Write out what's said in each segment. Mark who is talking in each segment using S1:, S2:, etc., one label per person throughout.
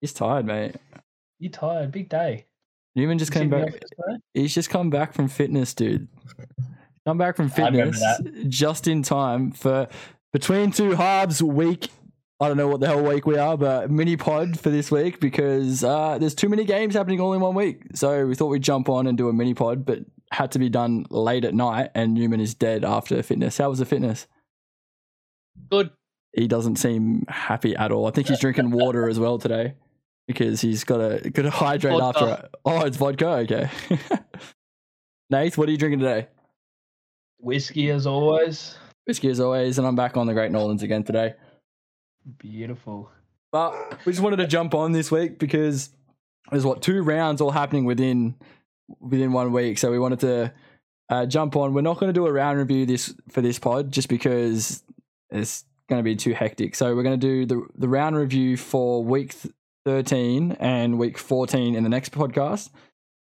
S1: He's tired, mate.
S2: You tired? Big day.
S1: Newman just
S2: You
S1: came
S2: in the
S1: back.
S2: office today?
S1: He's just come back from fitness, dude. Come back from
S2: I remember
S1: fitness just in time for between two halves week. I don't know what the hell week we are, but mini pod for this week because uh, there's too many games happening all in one week. So we thought we'd jump on and do a mini pod, but had to be done late at night. And Newman is dead after fitness. How was the fitness?
S2: Good.
S1: he doesn't seem happy at all. I think he's drinking water as well today because he's got to got to hydrate
S2: Vodka.
S1: after. Oh, it's vodka. Okay. Nath, what are you drinking today?
S2: Whiskey as always.
S1: Whiskey as always, and I'm back on the Great Norlands again today.
S2: Beautiful.
S1: But we just wanted to jump on this week because there's what two rounds all happening within within one week. So we wanted to uh, jump on. We're not going to do a round review this for this pod just because it's going to be too hectic. So we're going to do the the round review for week th- 13 and week 14 in the next podcast.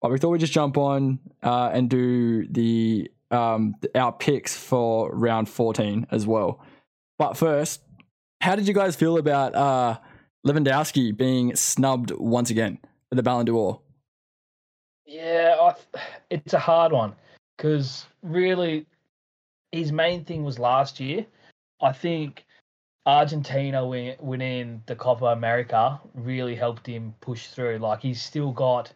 S1: But we thought we'd just jump on uh, and do the um, our picks for round 14 as well. But first, how did you guys feel about uh, Lewandowski being snubbed once again for the Ballon d'Or?
S2: Yeah, I, th- it's a hard one because really his main thing was last year. I think Argentina win, winning the Copa America really helped him push through. Like he's still got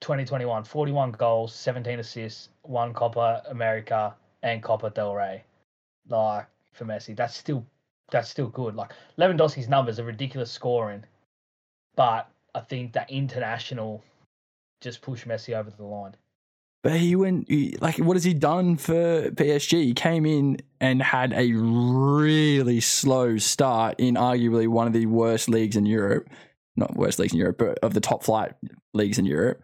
S2: 2021 41 goals, 17 assists, one Copa America and Copa del Rey. Like for Messi, that's still that's still good. Like Lewandowski's numbers are ridiculous scoring, but I think that international just push Messi over the line.
S1: But he went he- like, what has he done for PSG? He came in and had a really slow start in arguably one of the worst leagues in Europe, not worst leagues in Europe, but of the top flight leagues in Europe.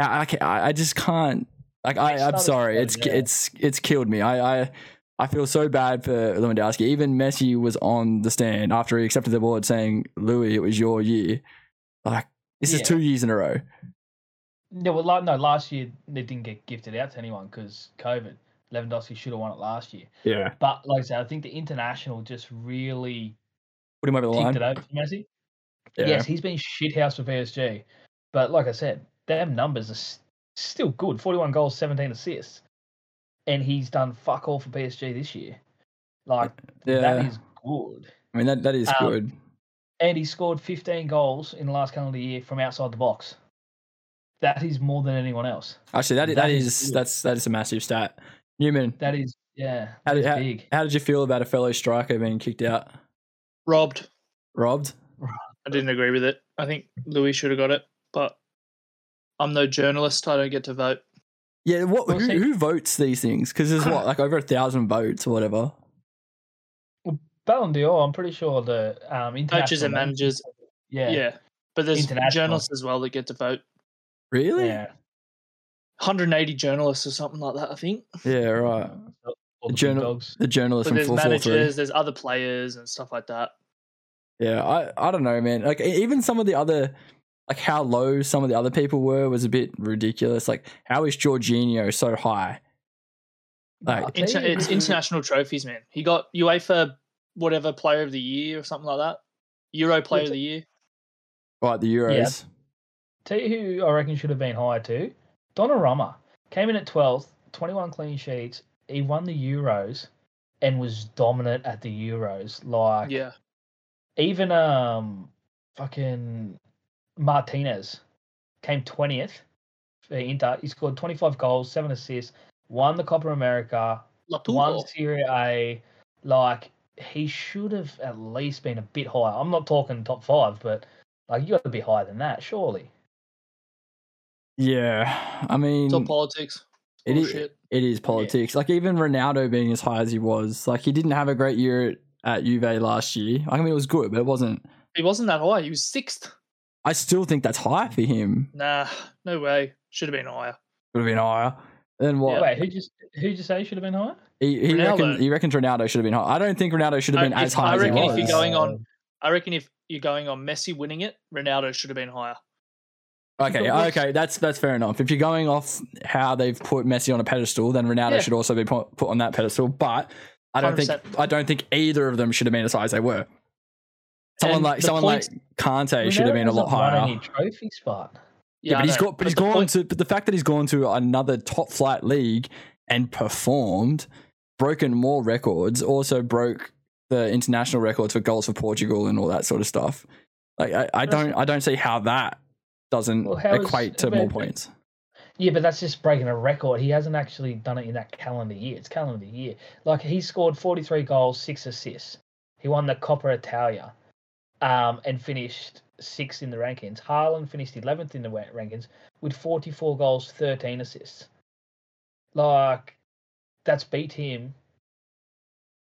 S1: I, I, ca- I I just can't. Like,
S2: They
S1: I, I'm
S2: started
S1: sorry,
S2: slow,
S1: it's
S2: yeah.
S1: it's it's killed me. I, I I feel so bad for Lewandowski. Even Messi was on the stand after he accepted the award, saying, "Louis, it was your year." Like, this
S2: Yeah.
S1: is two years in a row.
S2: No, well, la- no, last year they didn't get gifted out to anyone because COVID. Lewandowski should have won it last year.
S1: Yeah,
S2: But like I said, I think the international just really
S1: put him over the
S2: tipped
S1: line.
S2: it over to Messi.
S1: Yeah.
S2: Yes, he's been shithouse for PSG. But like I said, their numbers are s- still good 41 goals, 17 assists. And he's done fuck all for PSG this year. Like, that
S1: Yeah.
S2: is good.
S1: I mean, that, that is
S2: Um,
S1: good.
S2: and he scored 15 goals in the last calendar year from outside the box. That is more than anyone else.
S1: Actually, that, that
S2: that
S1: is,
S2: is good.
S1: that's that is a massive stat. Newman,
S2: That is, yeah,
S1: How
S2: that
S1: did-
S2: is big.
S1: how did you feel about a fellow striker being kicked out,
S3: Robbed.
S1: robbed?
S3: I didn't agree with it. I think Louis should have got it, but I'm no journalist. I don't get to vote.
S1: Yeah, what who,
S2: Well, see-
S1: who votes these things? Because there's what like over a thousand votes or whatever.
S2: Ballon d'Or, I'm pretty sure the um, international
S3: Coaches and managers.
S2: Yeah,
S3: Yeah.
S2: yeah,
S3: But there's
S2: International.
S3: journalists as well that get to vote.
S1: Really?
S3: 180 journalists or something like that, I think.
S1: Yeah, right.
S2: All the big
S1: Journal-
S2: dogs.
S1: The journalist
S3: But
S1: from
S3: there's
S1: four four three.
S3: managers, there's other players and stuff like that.
S1: Yeah, I I don't know, man. Like e- even some of the other like how low some of the other people were was a bit ridiculous. Like how is Jorginho so high? Like
S2: I
S3: Inter-
S2: think
S3: it's
S2: he-
S3: international trophies, man. He got UEFA whatever player of the year or something like that. Euro player of the year.
S1: right the Euros.
S2: Tell you who I reckon should have been higher too. Donnarumma came in at 12th, 21 clean sheets. He won the Euros and was dominant at the Euros. Like,
S3: Yeah.
S2: even um fucking Martinez came twentieth for Inter. He scored twenty five goals, seven assists, won the Copa America, won
S3: Laputo.
S2: Serie A. Like he should have at least been a bit higher. I'm not talking top five, but like you got to be higher than that, surely.
S1: Yeah, I mean
S3: It's all politics.
S1: it-
S3: Bullshit.
S1: It is politics. Like even Ronaldo being as high as he was, like he didn't have a great year at, at Juve last year. I mean, it was good, but it wasn't.
S3: He wasn't that high. He was sixth.
S1: I still think that's high for him.
S3: Nah, no way. Should have been higher.
S1: Would have been higher. Then what?
S2: Wait, who just who just say should have been higher?
S1: he he
S3: Ronaldo.
S1: reckon he reckons Ronaldo should have been high. I don't think Ronaldo should have
S3: I-
S1: been as
S3: if- I
S1: high as he
S3: reckon if
S1: was.
S3: you're going on- I reckon if you're going on Messi winning it, Ronaldo should have been higher.
S1: okay,
S3: But what's-
S1: okay, that's that's fair enough. If you're going off how they've put Messi on a pedestal, then Ronaldo
S3: Yeah.
S1: should also be put, put on that pedestal. But I don't think
S3: 100%.
S1: I don't think either of them should have been as high as they were. Someone
S3: And
S1: like
S3: the
S1: someone
S3: points-
S1: like Kante should have been a lot higher.
S2: Any trophy spot.
S1: Yeah,
S3: I
S1: but he's
S3: know,
S1: got, but he's
S3: the
S1: gone
S3: point-
S1: to. But the fact that he's gone to another top flight league and performed, broken more records, also broke the international records for goals for Portugal and all that sort of stuff. Like I, I don't, I don't see how that doesn't
S2: Well, how is-
S1: equate to more points.
S2: Yeah, but that's just breaking a record. He hasn't actually done it in that calendar year. It's calendar year. Like he scored 43 goals, six assists. He won the Coppa Italia, um, and finished sixth in the rankings. Haaland finished 11th in the wa- rankings with 44 goals, 13 assists. Like that's beat him,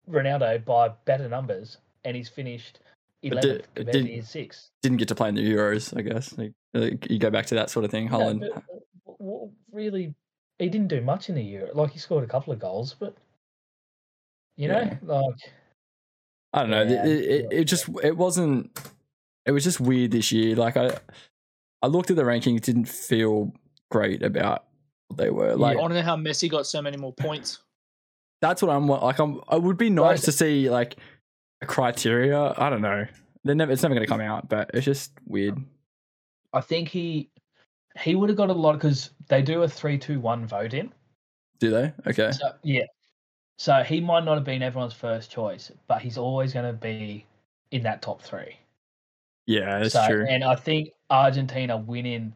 S2: Ronaldo, by better numbers, and he's finished
S1: But
S2: 11th
S1: did-
S2: compared
S1: did-
S2: to his sixth.
S1: Didn't get to play in the Euros, I guess. Like, like, you go back to that sort of thing.
S2: No,
S1: Holland,
S2: but, uh, w- w- really, he didn't do much in the year. Like he scored a couple of goals, but you know,
S1: Yeah.
S2: like
S1: I don't know.
S2: Yeah,
S1: it, it,
S2: yeah.
S1: it just it wasn't. It was just weird this year. Like I, I looked at the rankings, didn't feel great about what they were. Like
S3: I don't know how Messi got so many more points.
S1: that's what I'm like. I'm. It would be nice to see like a criteria. I don't know. They're never. It's never going to come out, but it's just weird.
S2: I think he he would have got a lot because they do a three-two-one vote in.
S1: Do they? Okay.
S2: So yeah, so he might not have been everyone's first choice, but he's always going to be in that top three.
S1: Yeah, that's
S2: so,
S1: true.
S2: And I think Argentina winning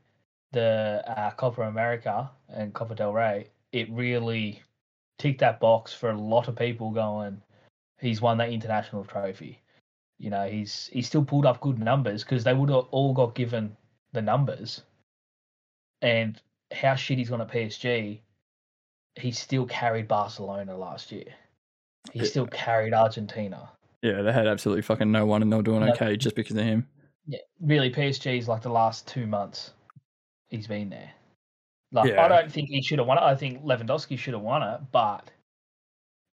S2: the uh, Copa America and Copa del Rey, it really ticked that box for a lot of people going, he's won that international trophy. You know, he's he still pulled up good numbers because they would have all got given the numbers. And how shit he's gone at PSG, he still carried Barcelona last year. He
S1: Yeah.
S2: still carried Argentina.
S1: Yeah, they had absolutely fucking no one, and they were doing
S2: No.
S1: okay just because of him.
S2: yeah, really PSG's like the last two months he's been there. Like
S1: Yeah.
S2: I don't think he should have won it. I think Lewandowski should have won it, but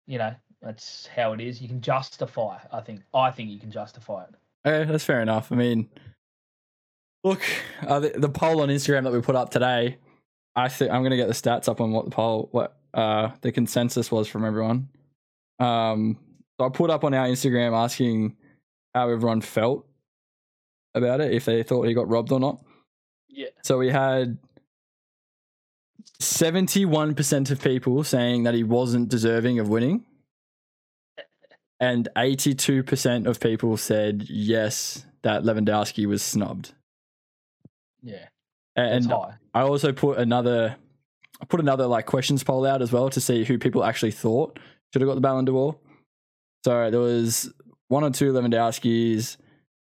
S2: you know, that's how it is. You can justify it, I think I think you can justify it.
S1: Okay, that's fair enough. I mean, look, uh, the, the poll on Instagram that we put up today. I think I'm gonna get the stats up on what the poll, what uh, the consensus was from everyone. Um, so I put up on our Instagram asking how everyone felt about it, if they thought he got robbed or not.
S3: Yeah.
S1: So we had 71% of people saying that he wasn't deserving of winning. And 82% of people said yes, that Lewandowski was snubbed.
S2: Yeah. That's
S1: And
S2: high.
S1: I also put another I put another like questions poll out as well to see who people actually thought should have got the Ballon d'Or. So there was one or two Lewandowski's.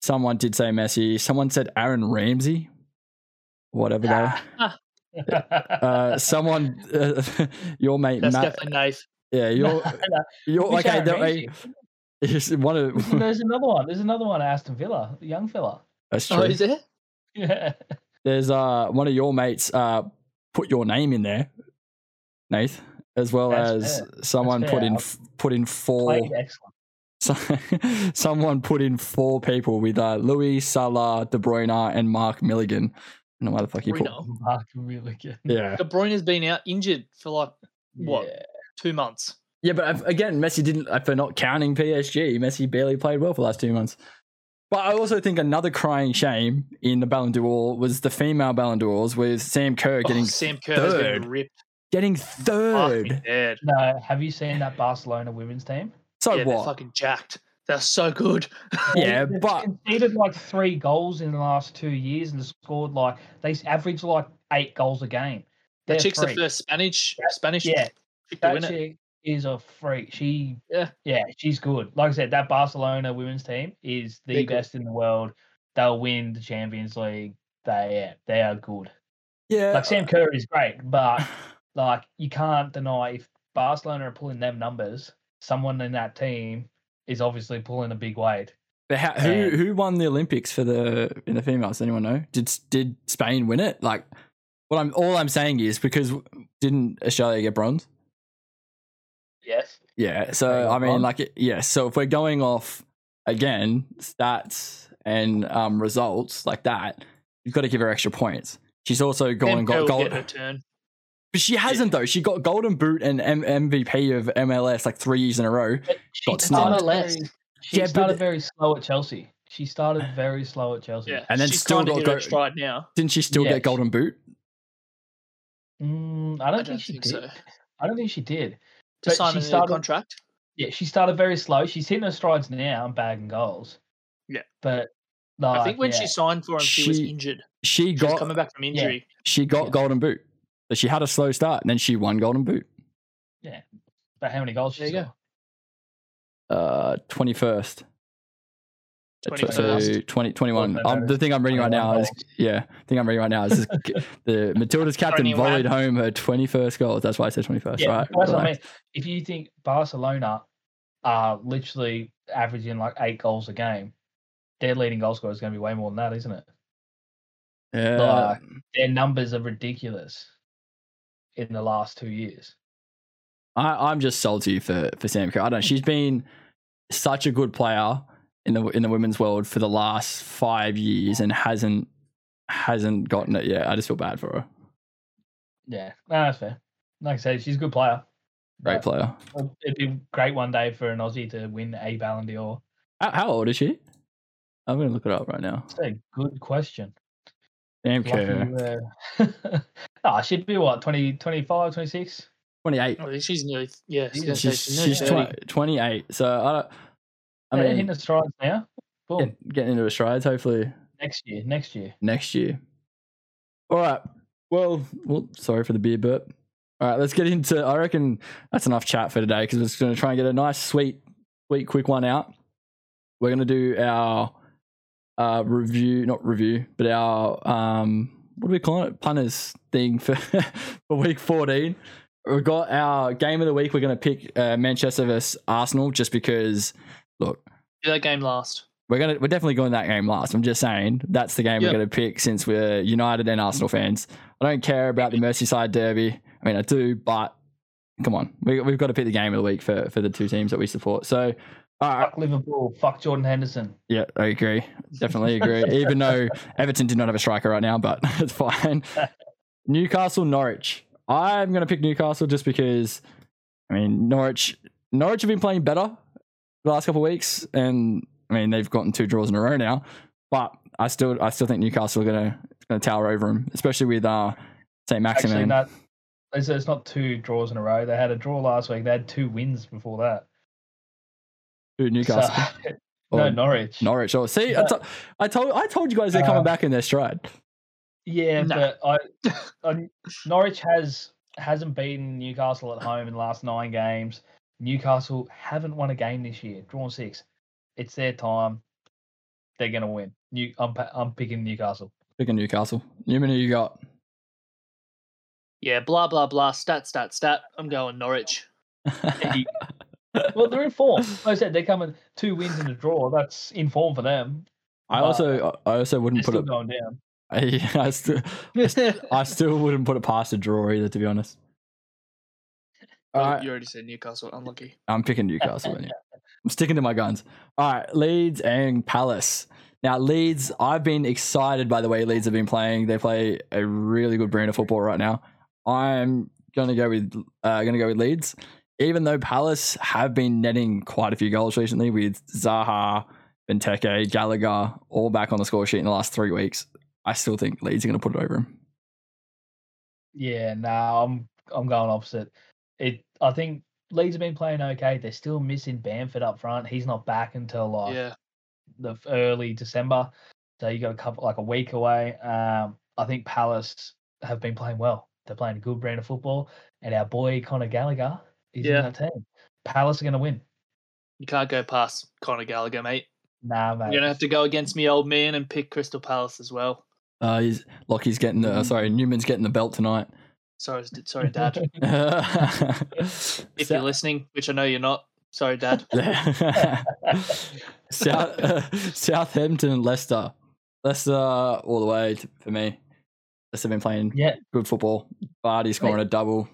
S1: Someone did say Messi. Someone said Aaron Ramsey. Whatever they. Uh, someone, uh, your mate
S3: That's
S1: Matt.
S3: definitely Nath.
S1: Yeah, your your
S2: Which
S1: okay.
S2: Aaron
S1: there-
S2: Ramsey? Oh,
S1: yes, one of
S2: There's another one. There's another one at Aston Villa, the young fella.
S1: that's
S3: Oh,
S1: true.
S3: is there?
S2: Yeah.
S1: There's uh one of your mates uh put your name in there, Nath, as well
S2: That's
S1: as
S2: fair.
S1: someone
S2: That's
S1: put
S2: fair.
S1: in f- put in four.
S2: Played excellent.
S1: So, someone put in four people with uh, Louis Salah, De Bruyne, and Mark Milligan. I don't know why the fuck he put.
S3: Bruno.
S2: Oh, Mark really good.
S1: Yeah,
S3: De Bruyne has been out injured for like What?
S2: Yeah.
S3: two months.
S1: yeah, but I've- again, Messi didn't. uh, For not counting PSG, Messi barely played well for the last two months. But I also think another crying shame in the Ballon d'Or was the female Ballon d'Ors with Sam Kerr
S3: Oh,
S1: getting
S3: Sam Kerr has
S1: third.
S3: been ripped.
S1: getting
S3: Fucking
S1: third.
S3: dead.
S2: No, have you seen that Barcelona women's team?
S1: So
S3: yeah, they're
S1: what?
S3: fucking jacked. They're so good.
S1: yeah,
S2: They've
S1: but
S2: conceded like three goals in the last two years and scored like they average like eight goals a game.
S3: The
S2: They're
S3: chick's the
S2: freaks.
S3: first Spanish Spanish
S2: Yeah,
S3: chick to
S2: that
S3: win it.
S2: chick is a freak. She
S3: Yeah.
S2: yeah, she's good. Like I said, that Barcelona women's team is the
S3: They're good.
S2: best in the world. They'll win the Champions League. They yeah, they are good.
S1: yeah,
S2: Like Sam Kerr is great, but like you can't deny if Barcelona are pulling them numbers, someone in that team is obviously pulling a big weight.
S1: But how, who
S2: And-
S1: who won the Olympics for the in the females? Anyone know? Did did Spain win it? Like, what I'm all I'm saying is because didn't Australia get bronze?
S2: Yes.
S1: Yeah. So
S2: They got
S1: I mean,
S2: bronze.
S1: like, yeah. So if we're going off again stats and um, results like that, you've got to give her extra points. She's also gone
S3: Sam
S1: and got
S3: Kerr will get
S1: gold,
S3: her turn.
S1: but she hasn't though. She got golden boot and M- MVP of MLS like three years in a row.
S2: But she
S1: Got
S2: started
S1: snubbed.
S2: very- She
S1: Yeah, but-
S2: started very slow at Chelsea. She started very slow at Chelsea.
S3: Yeah,
S1: And then
S3: she's
S1: still
S3: kinda
S1: got
S3: hit her
S1: go-
S3: stride now.
S1: Didn't she still
S2: Yes.
S1: get golden boot?
S2: Mm, I don't
S3: I
S2: think
S3: don't
S2: she
S3: think
S2: did.
S3: so.
S2: I don't think she did.
S3: To
S2: But
S3: sign
S2: she
S3: a new
S2: started-
S3: contract.
S2: Yeah, she started very slow. She's hitting her strides now and bagging goals.
S3: Yeah.
S2: but
S3: I think when
S2: like,
S3: she signed for him, she, was
S1: She
S3: injured.
S1: She
S3: She was
S1: got
S3: coming back from injury.
S1: she got
S2: Yeah.
S1: golden boot. But she had a slow start and then she won golden boot.
S2: yeah, about how many goals
S3: There
S2: she
S3: you go.
S2: got.
S1: Uh, twenty first.
S3: 21st.
S1: So 20, 21.
S2: Golden
S1: Um, the thing I'm reading right
S2: 21
S1: now is
S2: goals.
S1: yeah. The thing I'm reading right now is this, the Matilda's captain
S3: 21.
S1: volleyed home her twenty first goal. That's why I said twenty first.
S2: Yeah,
S1: right.
S2: that's what I
S1: relax.
S2: mean. If you think Barcelona are literally averaging like eight goals a game, their leading goal scorer is going to be way more than that, isn't it?
S1: Yeah.
S2: Like, their numbers are ridiculous in the last two years.
S1: I, I'm just salty for for Sam Kerr. I don't. She's been such a good player in the in the women's world for the last five years and hasn't hasn't gotten it yet. I just feel bad for her.
S2: Yeah, no, that's fair. Like I said, she's a good player.
S1: Great
S2: Right.
S1: player.
S2: Well, It'd be great one day for an Aussie to win a Ballon d'Or.
S1: How, how old is she? I'm gonna look it up right now.
S2: That's a good question.
S1: Sam
S2: Lucky
S1: Kerr,
S2: you, uh, Ah, she'd be what 20, 25, 26?
S1: 28.
S3: I think Oh, she's nearly yeah.
S2: She's-
S3: She's,
S1: She's
S3: she's, she's
S1: she's 20, 28. So I don't. I
S2: Yeah,
S1: mean,
S2: hitting the strides now. Boom.
S1: get- getting into her strides. Hopefully
S2: Next year, next year.
S1: next year. All right. Well, well, sorry for the beer burp. All right, let's get into. I reckon that's enough chat for today because we're just going to try and get a nice, sweet, sweet, quick one out. We're going to do our uh, review, not review, but our um, what do we call it? Punters thing for for week fourteen. We've got our game of the week. We're going to pick uh, Manchester versus Arsenal just because. Look,
S3: do that game last.
S1: we're gonna we're definitely going that game last. I'm just saying that's the game
S3: Yeah.
S1: we're gonna pick since we're United and Arsenal fans. I don't care about the Merseyside derby. I mean, I do, but come on, we, we've got to pick the game of the week for for the two teams that we support. So, all right,
S2: Fuck Liverpool. Fuck Jordan Henderson.
S1: yeah, I agree, definitely agree. Even though Everton did not have a striker right now, but it's fine. Newcastle Norwich. I'm gonna pick Newcastle just because, I mean, Norwich Norwich have been playing better the last couple of weeks, and I mean they've gotten two draws in a row now. But I still I still think Newcastle are gonna gonna tower over them, especially with uh Saint
S2: Actually,
S1: Maximin.
S2: not. It's, it's not two draws in a row. They had a draw last week. They had two wins before that.
S1: Who,
S2: So-
S1: Newcastle.
S2: no,
S1: Or
S2: Norwich.
S1: Norwich. Oh, see, I, to- I told I told you guys they're
S2: Uh-huh.
S1: coming back in their stride.
S2: Yeah,
S3: No.
S2: but I, I Norwich has hasn't beaten Newcastle at home in the last nine games. Newcastle haven't won a game this year, drawn six. It's their time. They're gonna win. New, I'm pa- I'm picking Newcastle.
S1: Picking Newcastle. Newman, who you got?
S3: Yeah, blah blah blah. Stat stat stat. I'm going Norwich.
S2: Well, they're in form. Like I said, they're coming two wins and a draw. That's in form for them.
S1: I also I also
S2: They're
S1: wouldn't put
S2: still
S1: it.
S2: going down.
S1: I, I still I still wouldn't put it past a draw either, to be honest. All
S3: Oh,
S1: right,
S3: You already said Newcastle. Unlucky.
S1: I'm picking Newcastle. anyway. I'm sticking to my guns. All right, Leeds and Palace. Now, Leeds, I've been excited by the way Leeds have been playing. They play a really good brand of football right now. I'm gonna go with uh, gonna go with Leeds, even though Palace have been netting quite a few goals recently with Zaha, Benteke, Gallagher all back on the score sheet in the last three weeks. I still think Leeds are gonna put it over them.
S2: Yeah, no, I'm I'm going opposite. It I think Leeds have been playing okay. They're still missing Bamford up front. He's not back until like
S3: Yeah,
S2: the f- early December. So you got a couple like a week away. Um, I think Palace have been playing well. They're playing a good brand of football, and our boy Conor Gallagher is
S3: Yeah.
S2: in that team. Palace are going to win.
S3: you can't go past Conor Gallagher, mate.
S2: Nah, mate.
S3: You're gonna have to go against me, old man, and pick Crystal Palace as well.
S1: Uh, he's, Lockie's getting the sorry Newman's getting the belt tonight.
S3: Sorry, s- sorry, Dad. If you're
S1: Sou-
S3: listening, which I know you're not. Sorry, Dad.
S1: South, Southampton and Leicester. Leicester all the way t- for me. Leicester been playing
S2: yeah,
S1: good football. Vardy scoring a double.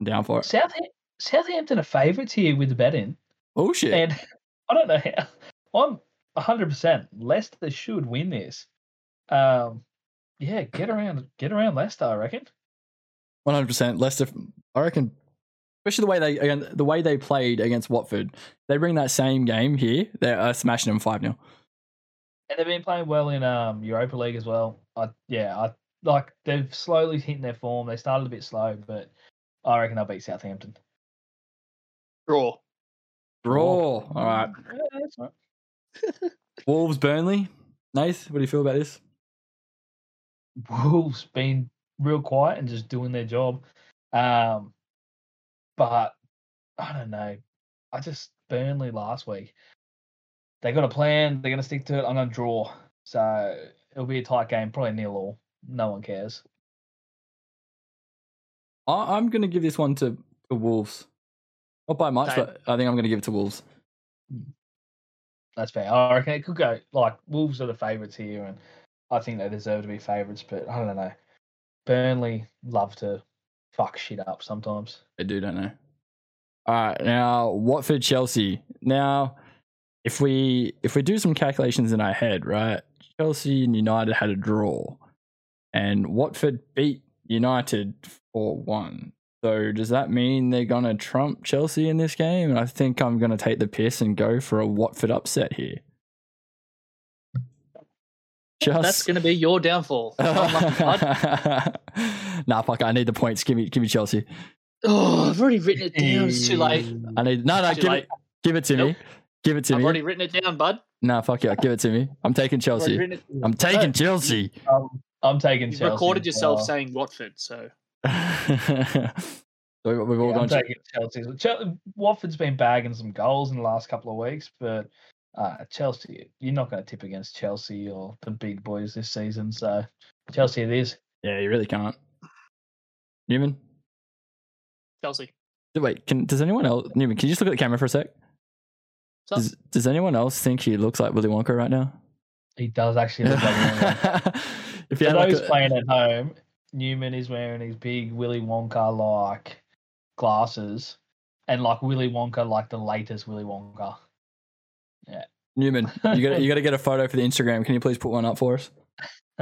S1: I'm down for it.
S2: South Southampton are favourites here with the bet in,
S1: Oh shit!
S2: and I don't know how. I'm 100 percent Leicester should win this. Um, yeah, get around, get around Leicester. I reckon.
S1: One hundred percent. Leicester. I reckon, especially the way they again, the way they played against Watford. They bring that same game here. They're uh, smashing them five 0
S2: and they've been playing well in um Europa League as well. I, yeah, I like they've slowly hitting their form. They started a bit slow, but I reckon they'll beat Southampton.
S3: Draw.
S1: Draw.
S2: Oh.
S1: All right.
S2: Yeah, that's all right.
S1: Wolves, Burnley. Nath, what do you feel about this?
S2: Wolves been real quiet and just doing their job. Um, but I don't know. I just Burnley last week. They got a plan. They're gonna stick to it. I'm gonna draw. So it'll be a tight game, probably nil all. No one cares.
S1: I, I'm going to give this one to, to Wolves. Not by much,
S3: Same.
S1: but I think I'm going to give it to Wolves.
S2: That's fair. I reckon it could go like Wolves are the favourites here, and I think they deserve to be favourites. But I don't know. Burnley love to fuck shit up sometimes.
S1: I do, don't know. All right, now Watford, Chelsea. Now, if we if we do some calculations in our head, right? Chelsea and United had a draw, and Watford beat United four one. So does that mean they're gonna trump Chelsea in this game? And I think I'm gonna take the piss and go for a Watford upset here. Just
S3: That's going to be your downfall. Oh I'm like, I-
S1: nah, fuck! it, I need the points. Give me, give me Chelsea.
S3: oh, I've already written it down. It's too late.
S1: I need no, no.
S3: It's too
S1: Give
S3: late.
S1: it, give it to me.
S3: Nope.
S1: Give it to
S3: I've
S1: me.
S3: already written it down, bud.
S1: Nah, fuck yeah. Give it to me. I'm taking
S3: I've already
S1: Chelsea.
S3: written it down.
S1: I'm taking
S3: No,
S1: Chelsea.
S2: Um, I'm taking
S3: You've
S2: Chelsea
S3: recorded
S2: as
S3: yourself
S2: well.
S3: saying Watford, so
S1: So we- we've all
S2: Yeah, I'm
S1: gone. Chelsea.
S2: taking Chelsea. Chel- Watford's been bagging some goals in the last couple of weeks, but uh, Chelsea, you're not going to tip against Chelsea or the big boys this season. So Chelsea, it is.
S1: yeah, you really can't. Newman,
S3: Chelsea.
S1: wait. Can does anyone else? Newman, can you just look at the camera for a sec?
S3: What's up?
S1: Does, does anyone else think he looks like Willy Wonka right now?
S2: He does actually look like England.
S1: if you
S2: For
S1: had like
S2: those
S1: a,
S2: playing at home, Newman is wearing his big Willy Wonka like glasses and like Willy Wonka, like the latest Willy Wonka.
S1: Newman, you got you got to get a photo for the Instagram. Can you please put one up for us?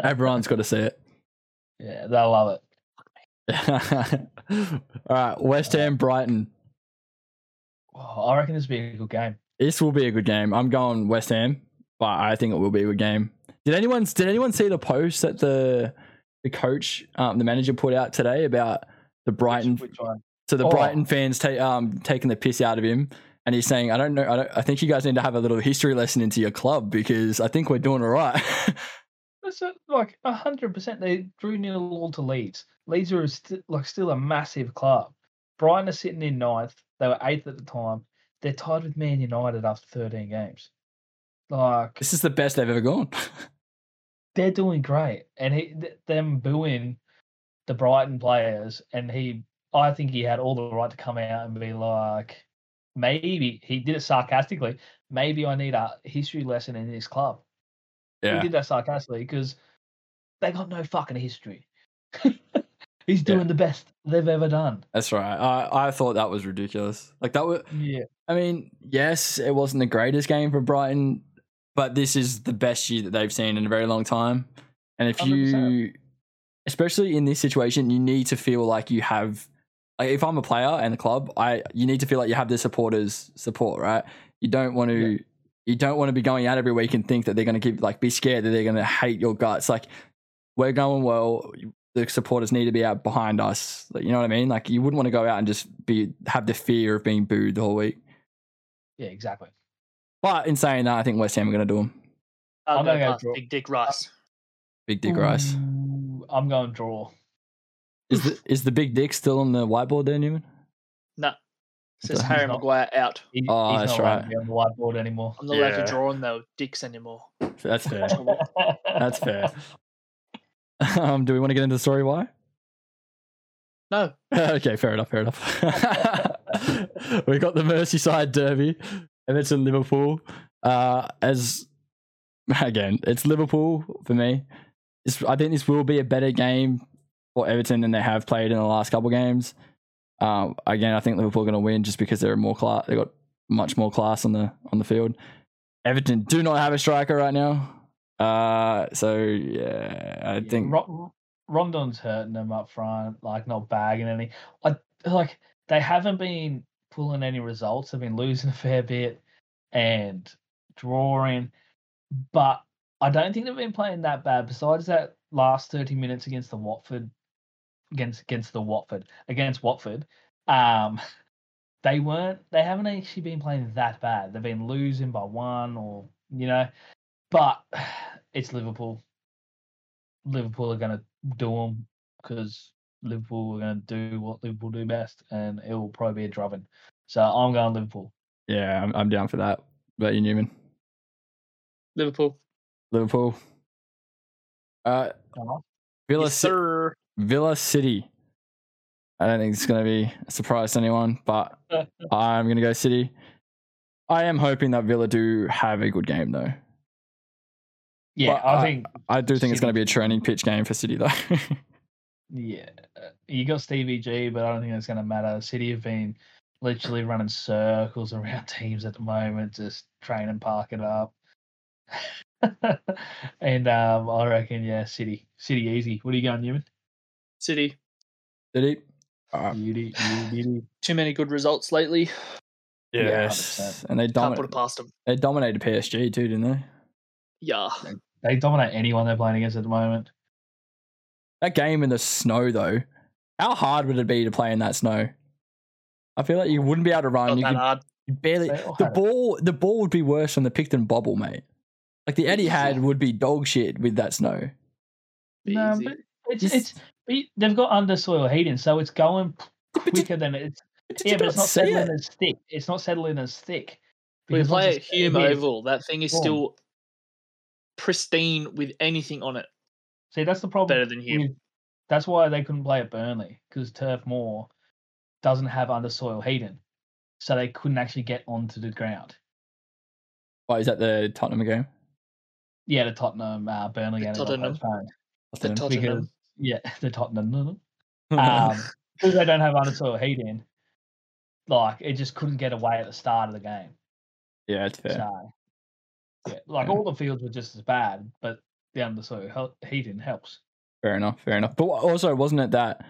S1: Everyone's got to see it.
S2: Yeah, they'll love it.
S1: All right, West Ham, Brighton.
S2: Oh, I reckon this will be a good game.
S1: This will be a good game. I'm going West Ham, but I think it will be a good game. Did anyone did anyone see the post that the the coach um, the manager put out today about the Brighton
S2: Which, which one?
S1: so the
S2: Oh.
S1: Brighton fans ta- um, taking the piss out of him and he's saying I don't know I, don't, I think you guys need to have a little history lesson into your club because I think we're doing all right.
S2: That's a, like hundred percent. They drew nil all to Leeds. Leeds are st- like still a massive club. Brighton are sitting in ninth. They were eighth at the time. They're tied with Man United after thirteen games. Like
S1: this is the best they've ever gone.
S2: they're doing great, and he th- them booing the Brighton players, and he, I think he had all the right to come out and be like, maybe he did it sarcastically. Maybe I need a history lesson in this club. He did that sarcastically because they got no fucking history. He's
S1: Yeah.
S2: doing the best they've ever done.
S1: That's right. I, I thought that was ridiculous. Like that was.
S2: Yeah.
S1: I mean, yes, it wasn't the greatest game for Brighton, but this is the best year that they've seen in a very long time. And if you,
S2: 100%.
S1: especially in this situation, you need to feel like you have. Like if I'm a player and the club, I you need to feel like you have the supporters' support, right? You don't want to. You don't want to be going out every week and think that they're going to keep like be scared that they're going to hate your guts. Like we're going well. The supporters need to be out behind us. Like, you know what I mean? Like you wouldn't want to go out and just be have the fear of being booed the whole week.
S2: Yeah, exactly.
S1: But in saying that, I think West Ham are going to do him.
S3: I'll
S2: I'm
S3: go
S2: gonna go
S3: past
S2: draw.
S3: uh, Big Dick Rice.
S1: Big
S2: Mm.
S1: Dick Rice.
S2: Ooh, I'm going draw.
S1: Is the, is the big dick still on the whiteboard there, Newman?
S3: It says
S1: He's
S3: Harry
S2: not-
S3: Maguire out.
S2: He-
S1: Oh,
S2: he's
S1: that's
S2: not allowed to
S1: right.
S2: be on the whiteboard anymore.
S3: I'm not allowed
S1: Yeah.
S3: to draw on no dicks anymore.
S1: That's fair. That's fair. Um, do we want to get into the story why?
S3: No.
S1: okay, fair enough, fair enough. we got the Merseyside Derby, Everton Liverpool. Uh, as again, it's Liverpool for me. It's, I think this will be a better game for Everton than they have played in the last couple games. Um, again, I think Liverpool are going to win just because they're more class. They got much more class on the on the field. Everton do not have a striker right now. Uh, so yeah, I
S2: Yeah,
S1: think
S2: Ro- Rondon's hurting them up front, like not bagging any. I like they haven't been pulling any results. They've been losing a fair bit and drawing, but I don't think they've been playing that bad. Besides that last thirty minutes against the Watford, against against the Watford against Watford, um, they weren't. They haven't actually been playing that bad. They've been losing by one or you know, but it's Liverpool. Liverpool are going to do them because Liverpool are going to do what Liverpool do best, and it will probably be a drubbing. So I'm going Liverpool.
S1: Yeah, I'm, I'm down for that. What about you, Newman?
S3: Liverpool.
S1: Liverpool. Uh,
S2: Uh-huh.
S1: Villa,
S3: Yes,
S1: Ci-
S3: sir.
S1: Villa City. I don't think it's going to be a surprise to anyone, but I'm going to go City. I am hoping that Villa do have a good game, though.
S2: Yeah,
S1: Well,
S2: I,
S1: I-
S2: think.
S1: I do think it's
S2: City.
S1: going to be a training pitch game for City, though.
S2: Yeah, uh, you got Stevie G, but I don't think that's going to matter. City have been literally running circles around teams at the moment, just train and park it up. and um, I reckon, yeah, City, City easy. What are you going, Newman?
S3: City.
S1: City. Uh,
S2: Beauty, beauty, beauty.
S3: Too many good results lately.
S2: Yeah,
S1: yes,
S2: 100%.
S1: and they
S3: Can't put
S1: domin-
S3: it past them.
S1: they dominated PSG too, didn't they?
S3: Yeah.
S2: They dominate anyone they're playing against at the moment.
S1: That game in the snow, though, how hard would it be to play in that snow? I feel like you wouldn't be able to run.
S3: Not
S1: You
S3: that
S1: could
S3: hard.
S1: You barely
S2: They all
S1: the
S2: had it.
S1: ball. The ball would be worse than the Picton bobble, mate. Like the Eddie had
S3: Yeah.
S1: would be dog shit with that snow.
S3: Be
S2: No,
S3: easy.
S2: but it's,
S1: Just-
S2: it's but you- they've got under soil heating, so it's going
S1: but you-
S2: quicker than it's.
S1: But did
S2: Yeah,
S1: you
S2: but
S1: not
S2: it's not
S1: see
S2: settling
S1: it?
S2: as thick. It's not settling as thick.
S3: We
S2: because once
S3: play at
S2: it's
S3: Hume
S2: heavy, it-
S3: Oval. That thing is
S2: Go on.
S3: still pristine with anything on it.
S2: See, that's the problem.
S3: Better than Hume.
S2: with- that's why they couldn't play at Burnley because Turf Moor doesn't have under soil heating, so they couldn't actually get onto the ground.
S1: Why is that the Tottenham game?
S2: Yeah, the Tottenham uh, Burnley
S3: The
S2: game. that got
S3: Tottenham.
S2: postponed.
S1: That's
S3: The
S1: them.
S3: Tottenham.
S2: Because- Yeah, the Tottenham. no, no. um, because they don't have under soil heating, like it just couldn't get away at the start of the game.
S1: yeah, it's fair.
S2: So, yeah, like
S1: Yeah.
S2: all the fields were just as bad, but the under soil hel- heating helps.
S1: Fair enough. Fair enough. But also, wasn't it that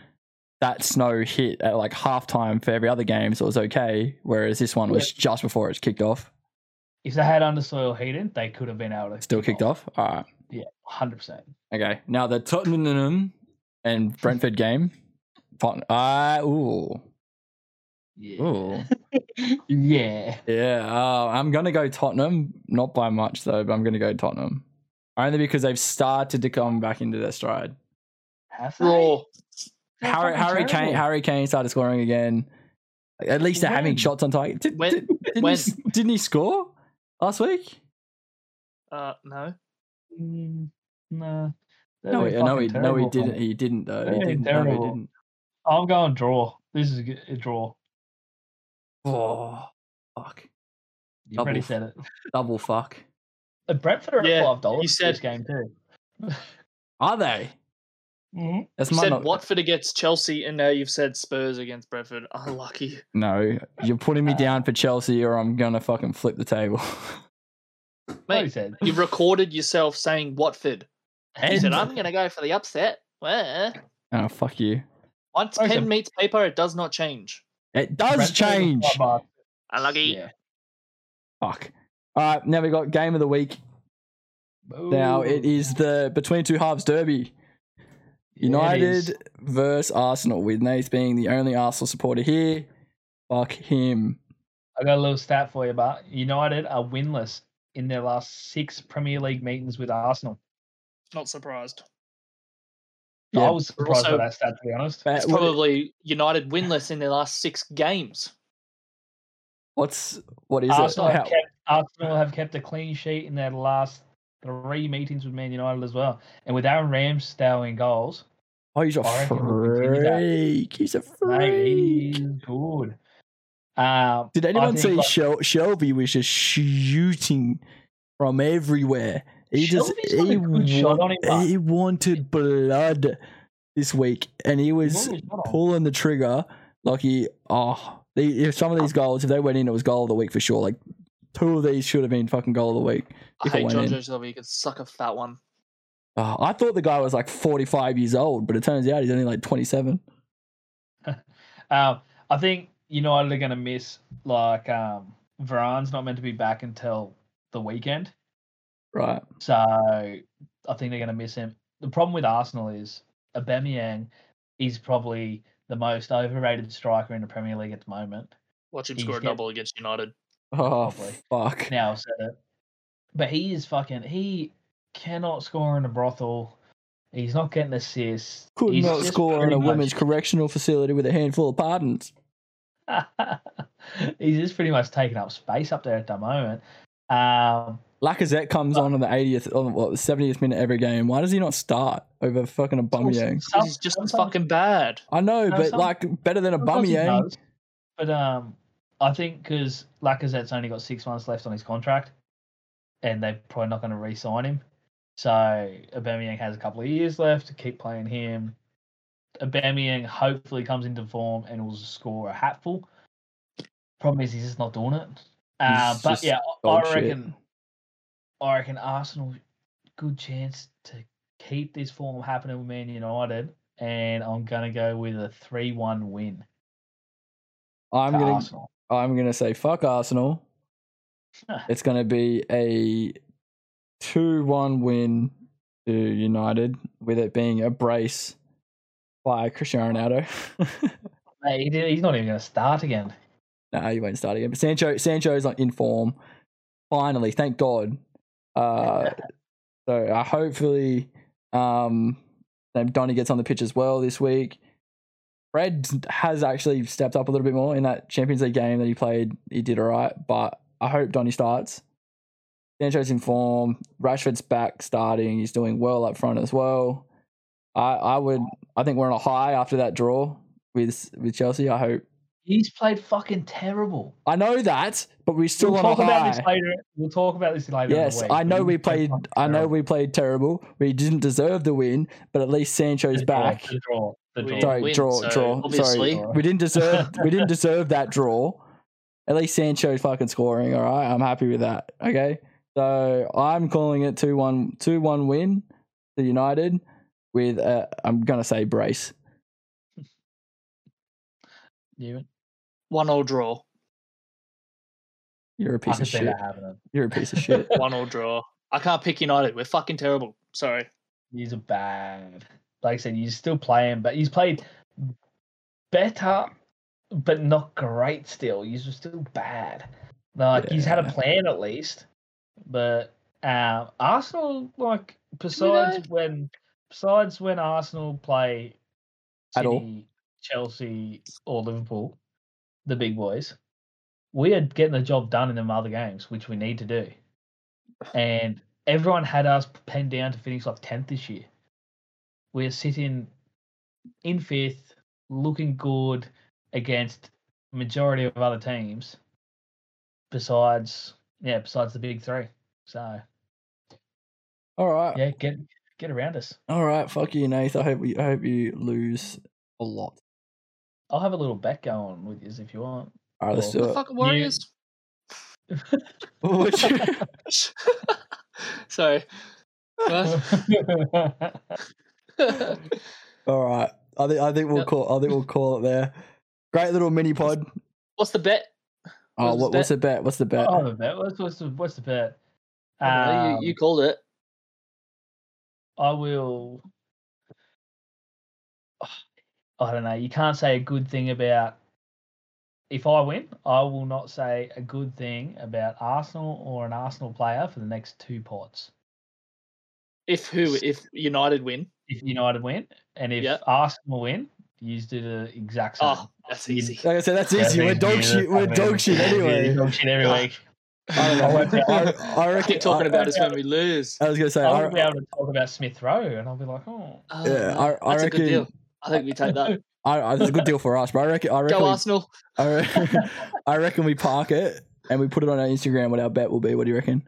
S1: that snow hit at like halftime for every other game, so it was okay. Whereas this one was just before it's kicked off.
S2: If they had under soil heating, they could have been able to
S1: Still kicked off. All right.
S2: Hundred percent.
S1: Okay. Now the Tottenham and Brentford game. Totten- Ah. ooh.
S2: Yeah.
S1: Ooh.
S2: yeah.
S1: Yeah, uh, I'm going to go Tottenham. Not by much, though, but I'm going to go Tottenham. Only because they've started to come back into their stride.
S2: Have they?
S3: Raw.
S2: They're
S1: Harry,
S2: fucking
S1: Harry, Kane,
S2: terrible.
S1: Harry Kane started scoring again. At least they're having
S2: When?
S1: shots on target. Did,
S3: When?
S1: did, didn't,
S3: When?
S1: He, s- didn't he score last week?
S3: Uh, no.
S2: Mm, nah. They've
S1: No,
S2: been
S1: he- no, he,
S2: fucking
S1: no, he
S2: terrible,
S1: didn't.
S2: mate.
S1: He didn't, though.
S2: They've
S1: He
S2: been
S1: didn't. No, he
S2: terrible.
S1: didn't.
S2: I'm going draw. This is a g- a draw.
S1: Oh, fuck.
S2: You already
S1: Double.
S2: said it.
S1: Double fuck.
S2: Uh, Brentford are
S3: Yeah,
S2: at five dollars.
S3: you
S2: for
S3: said-
S2: this game too.
S1: Are they?
S2: Mhm.
S1: That's
S3: You
S1: my
S3: said
S1: not-
S3: Watford against Chelsea, and now you've said Spurs against Brentford. Unlucky.
S1: No, you're putting
S2: Ah.
S1: me down for Chelsea, or I'm going to fucking flip the table.
S2: Already
S3: Mate,
S2: said.
S3: you recorded yourself saying Watford. You said, I'm going to go for the upset. Well,
S1: oh, fuck you.
S3: once
S2: Okay.
S3: pen meets paper, it does not change.
S1: It does
S2: Brentford are
S1: change.
S2: five bucks.
S3: Unlucky.
S2: Yeah.
S1: Fuck. All right, now we got game of the week. Now it
S2: Ooh.
S1: is the between two halves derby.
S2: Yeah, it
S1: United
S2: is.
S1: versus Arsenal, with Nath being the only Arsenal supporter here. Fuck him.
S2: I got a little stat for you, but United are winless in their last six Premier League meetings with Arsenal.
S3: Not surprised.
S1: Yeah,
S2: I was surprised
S3: also-
S2: by that stat, to be honest.
S1: But
S3: It's
S1: Uh, what-
S3: probably United winless in their last six games.
S1: what's what is
S2: Arsenal
S1: it?
S2: have
S1: How-
S2: kept Arsenal have kept a clean sheet in their last three meetings with Man United as well, and with Aaron Ramsdale in goals,
S1: oh, he's a
S2: I reckon we'll continue that.
S1: freak. He's a
S2: mate,
S1: freak.
S2: he's good. Um,
S1: Did anyone
S2: think,
S1: see
S2: like-
S1: Shel- Shelby was just shooting from everywhere? He just
S2: Shelby's got
S1: he,
S2: a good shot on him, but-
S1: he wanted blood this week, and he was
S2: Normally shot on.
S1: pulling the trigger. Like he, oh, the, if some of these goals, if they went in, it was goal of the week for sure. Like two of these should have been fucking goal of the week.
S3: I
S1: If it
S3: hate
S1: went
S3: John
S1: in.
S3: Joe Silva. You could suck a fat one.
S1: Oh, I thought the guy was like 45 years old, but it turns out he's only like 27.
S2: um, I think United are going to miss like um, Varane's not meant to be back until the weekend,
S1: Right.
S2: So I think they're going to miss him. The problem with Arsenal is Aubameyang is probably the most overrated striker in the Premier League at the moment.
S3: Watch him
S2: He's
S3: score a
S2: get-
S3: double against United.
S1: Oh
S2: Probably.
S1: fuck.
S2: Now, so, but he is fucking. He cannot score in a brothel. He's not getting assists.
S1: Could
S2: He's
S1: not
S2: just
S1: score in
S2: pretty
S1: a
S2: much-
S1: women's correctional facility with a handful of pardons.
S2: he's just pretty much taking up space up there at the moment. Um,
S1: Lacazette comes on in the 80th, on what, the 70th minute every game. Why does he not start over fucking a Bumyang?
S2: some-
S3: He's just
S2: sometimes-
S3: fucking bad.
S1: I know,
S2: No,
S1: but
S2: some-
S1: like better than a
S2: sometimes he
S1: Bumyang.
S2: does, But um, I think because Lacazette's only got six months left on his contract, and they're probably not going to re-sign him. So Aubameyang has a couple of years left to keep playing him. Aubameyang hopefully comes into form and will score a hatful. Problem is he's just not doing it. Uh,
S1: He's
S2: but
S1: just
S2: yeah, I-
S1: dog
S2: I
S1: shit.
S2: reckon. I reckon Arsenal good chance to keep this form happening with Man United, and I'm gonna go with a three-one win.
S1: I'm
S2: to
S1: gonna
S2: Arsenal.
S1: I'm gonna say fuck Arsenal. It's gonna be a two one win to United, with it being a brace by Cristiano Ronaldo.
S2: Mate, he did- he's not even gonna start again.
S1: No, you won't start again. But Sancho, Sancho's like in form. Finally, thank God. Uh, so uh, hopefully, um, then Donny gets on the pitch as well this week. Fred has actually stepped up a little bit more in that Champions League game that he played. He did all right, but I hope Donny starts. Sancho's in form. Rashford's back starting. He's doing well up front as well. I, I would. I think we're on a high after that draw with with Chelsea. I hope
S2: He's played fucking terrible.
S1: I know that, but we're still
S2: we'll
S1: on a
S2: talk about this
S1: high.
S2: later. We'll talk about this later. in the
S1: Yes,
S2: week,
S1: I
S2: but
S1: know
S2: he's
S1: we played.
S2: played fucking
S1: I know
S2: terrible.
S1: we played terrible. We didn't deserve the win, but at least Sancho's
S2: The draw,
S1: back.
S2: The draw. The
S3: We
S2: draw.
S3: didn't
S1: Sorry, draw, draw, sorry.
S3: Obviously,
S2: Draw.
S1: We didn't deserve. we didn't deserve that draw. At least Sancho's fucking scoring. All right, I'm happy with that. Okay, so I'm calling it 2-1, 2-1 win to United with i I'm gonna say brace.
S2: Ewan,
S3: one all draw,
S1: You're a
S2: I
S1: piece
S2: can
S1: of
S2: see
S1: shit.
S2: that happening.
S1: You're a piece of shit.
S3: one all draw. I can't pick United. We're fucking terrible. Sorry.
S2: He's a bad. Like I said, he's still playing, but he's played better, but not great. Still, he's just still bad. Like he's had
S1: Yeah.
S2: a plan at least, but um, Arsenal, like besides when, besides when Arsenal play
S1: At all.
S2: City, Chelsea, or Liverpool, the big boys, we are getting the job done in them other games, which we need to do. And everyone had us pinned down to finish like tenth this year. We're sitting in fifth, looking good against majority of other teams. Besides, yeah, besides the big three. So
S1: Uh, All right.
S2: yeah, get get around us.
S1: All right. Fuck you, Nath. I hope we. I hope you lose a lot.
S2: I'll have a little bet going with you if you want.
S1: All right, let's
S2: Well,
S1: do it.
S3: Fucking Warriors.
S1: Would you?
S3: Sorry. Well,
S1: All right. I think I think we'll
S3: Yep.
S1: call. I think we'll call it there. Great little mini pod.
S3: What's the bet?
S1: Oh,
S3: what's the
S1: what, what's the bet? What's the bet?
S2: Oh, the bet. What's, what's the what's the bet?
S3: I don't know,
S2: Um,
S3: you, you called it.
S2: I will. I don't know. You can't say a good thing about. If I win, I will not say a good thing about Arsenal or an Arsenal player for the next two pods.
S3: If who? If United win?
S2: If
S1: Mm.
S2: United win and if
S3: Yeah.
S2: Arsenal win, you just do the exact same.
S3: Oh, that's easy.
S1: Like I said, that's
S2: Yeah,
S1: easy. We're
S2: me
S1: dog
S2: neither.
S1: shit.
S2: I
S1: We're
S2: mean,
S1: dog shit
S2: yeah,
S1: anyway.
S2: Dog shit every
S3: Ah.
S2: week.
S1: I don't know. I, I
S3: I
S1: reckon.
S3: keep talking
S1: I,
S3: about Oh, is when we lose.
S1: I was gonna say.
S2: I'll
S1: I,
S2: be able to talk about Smith Rowe, and I'll be like, oh,
S3: Oh,
S1: yeah, I, I
S3: that's a
S1: reckon.
S3: good deal. I think we take that.
S1: I, I, it's a good deal for us, but I reckon. I reckon.
S3: Go
S1: We,
S3: Arsenal.
S1: I, reckon I reckon we park it and we put it on our Instagram. What our bet will be? What do you reckon?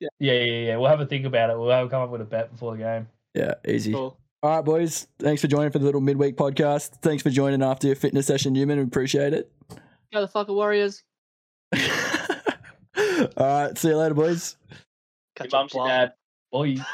S2: yeah, yeah, yeah. We'll have a think about it. We'll have come up with a bet before the game.
S1: Yeah, easy.
S3: Cool.
S1: All right, boys. Thanks for joining for the little midweek podcast. Thanks for joining after your fitness session, Newman. We appreciate it.
S3: Go the fucking Warriors.
S1: All right. See you later, boys.
S3: Catch
S2: Your mum's your
S3: blow.
S2: dad. Boy.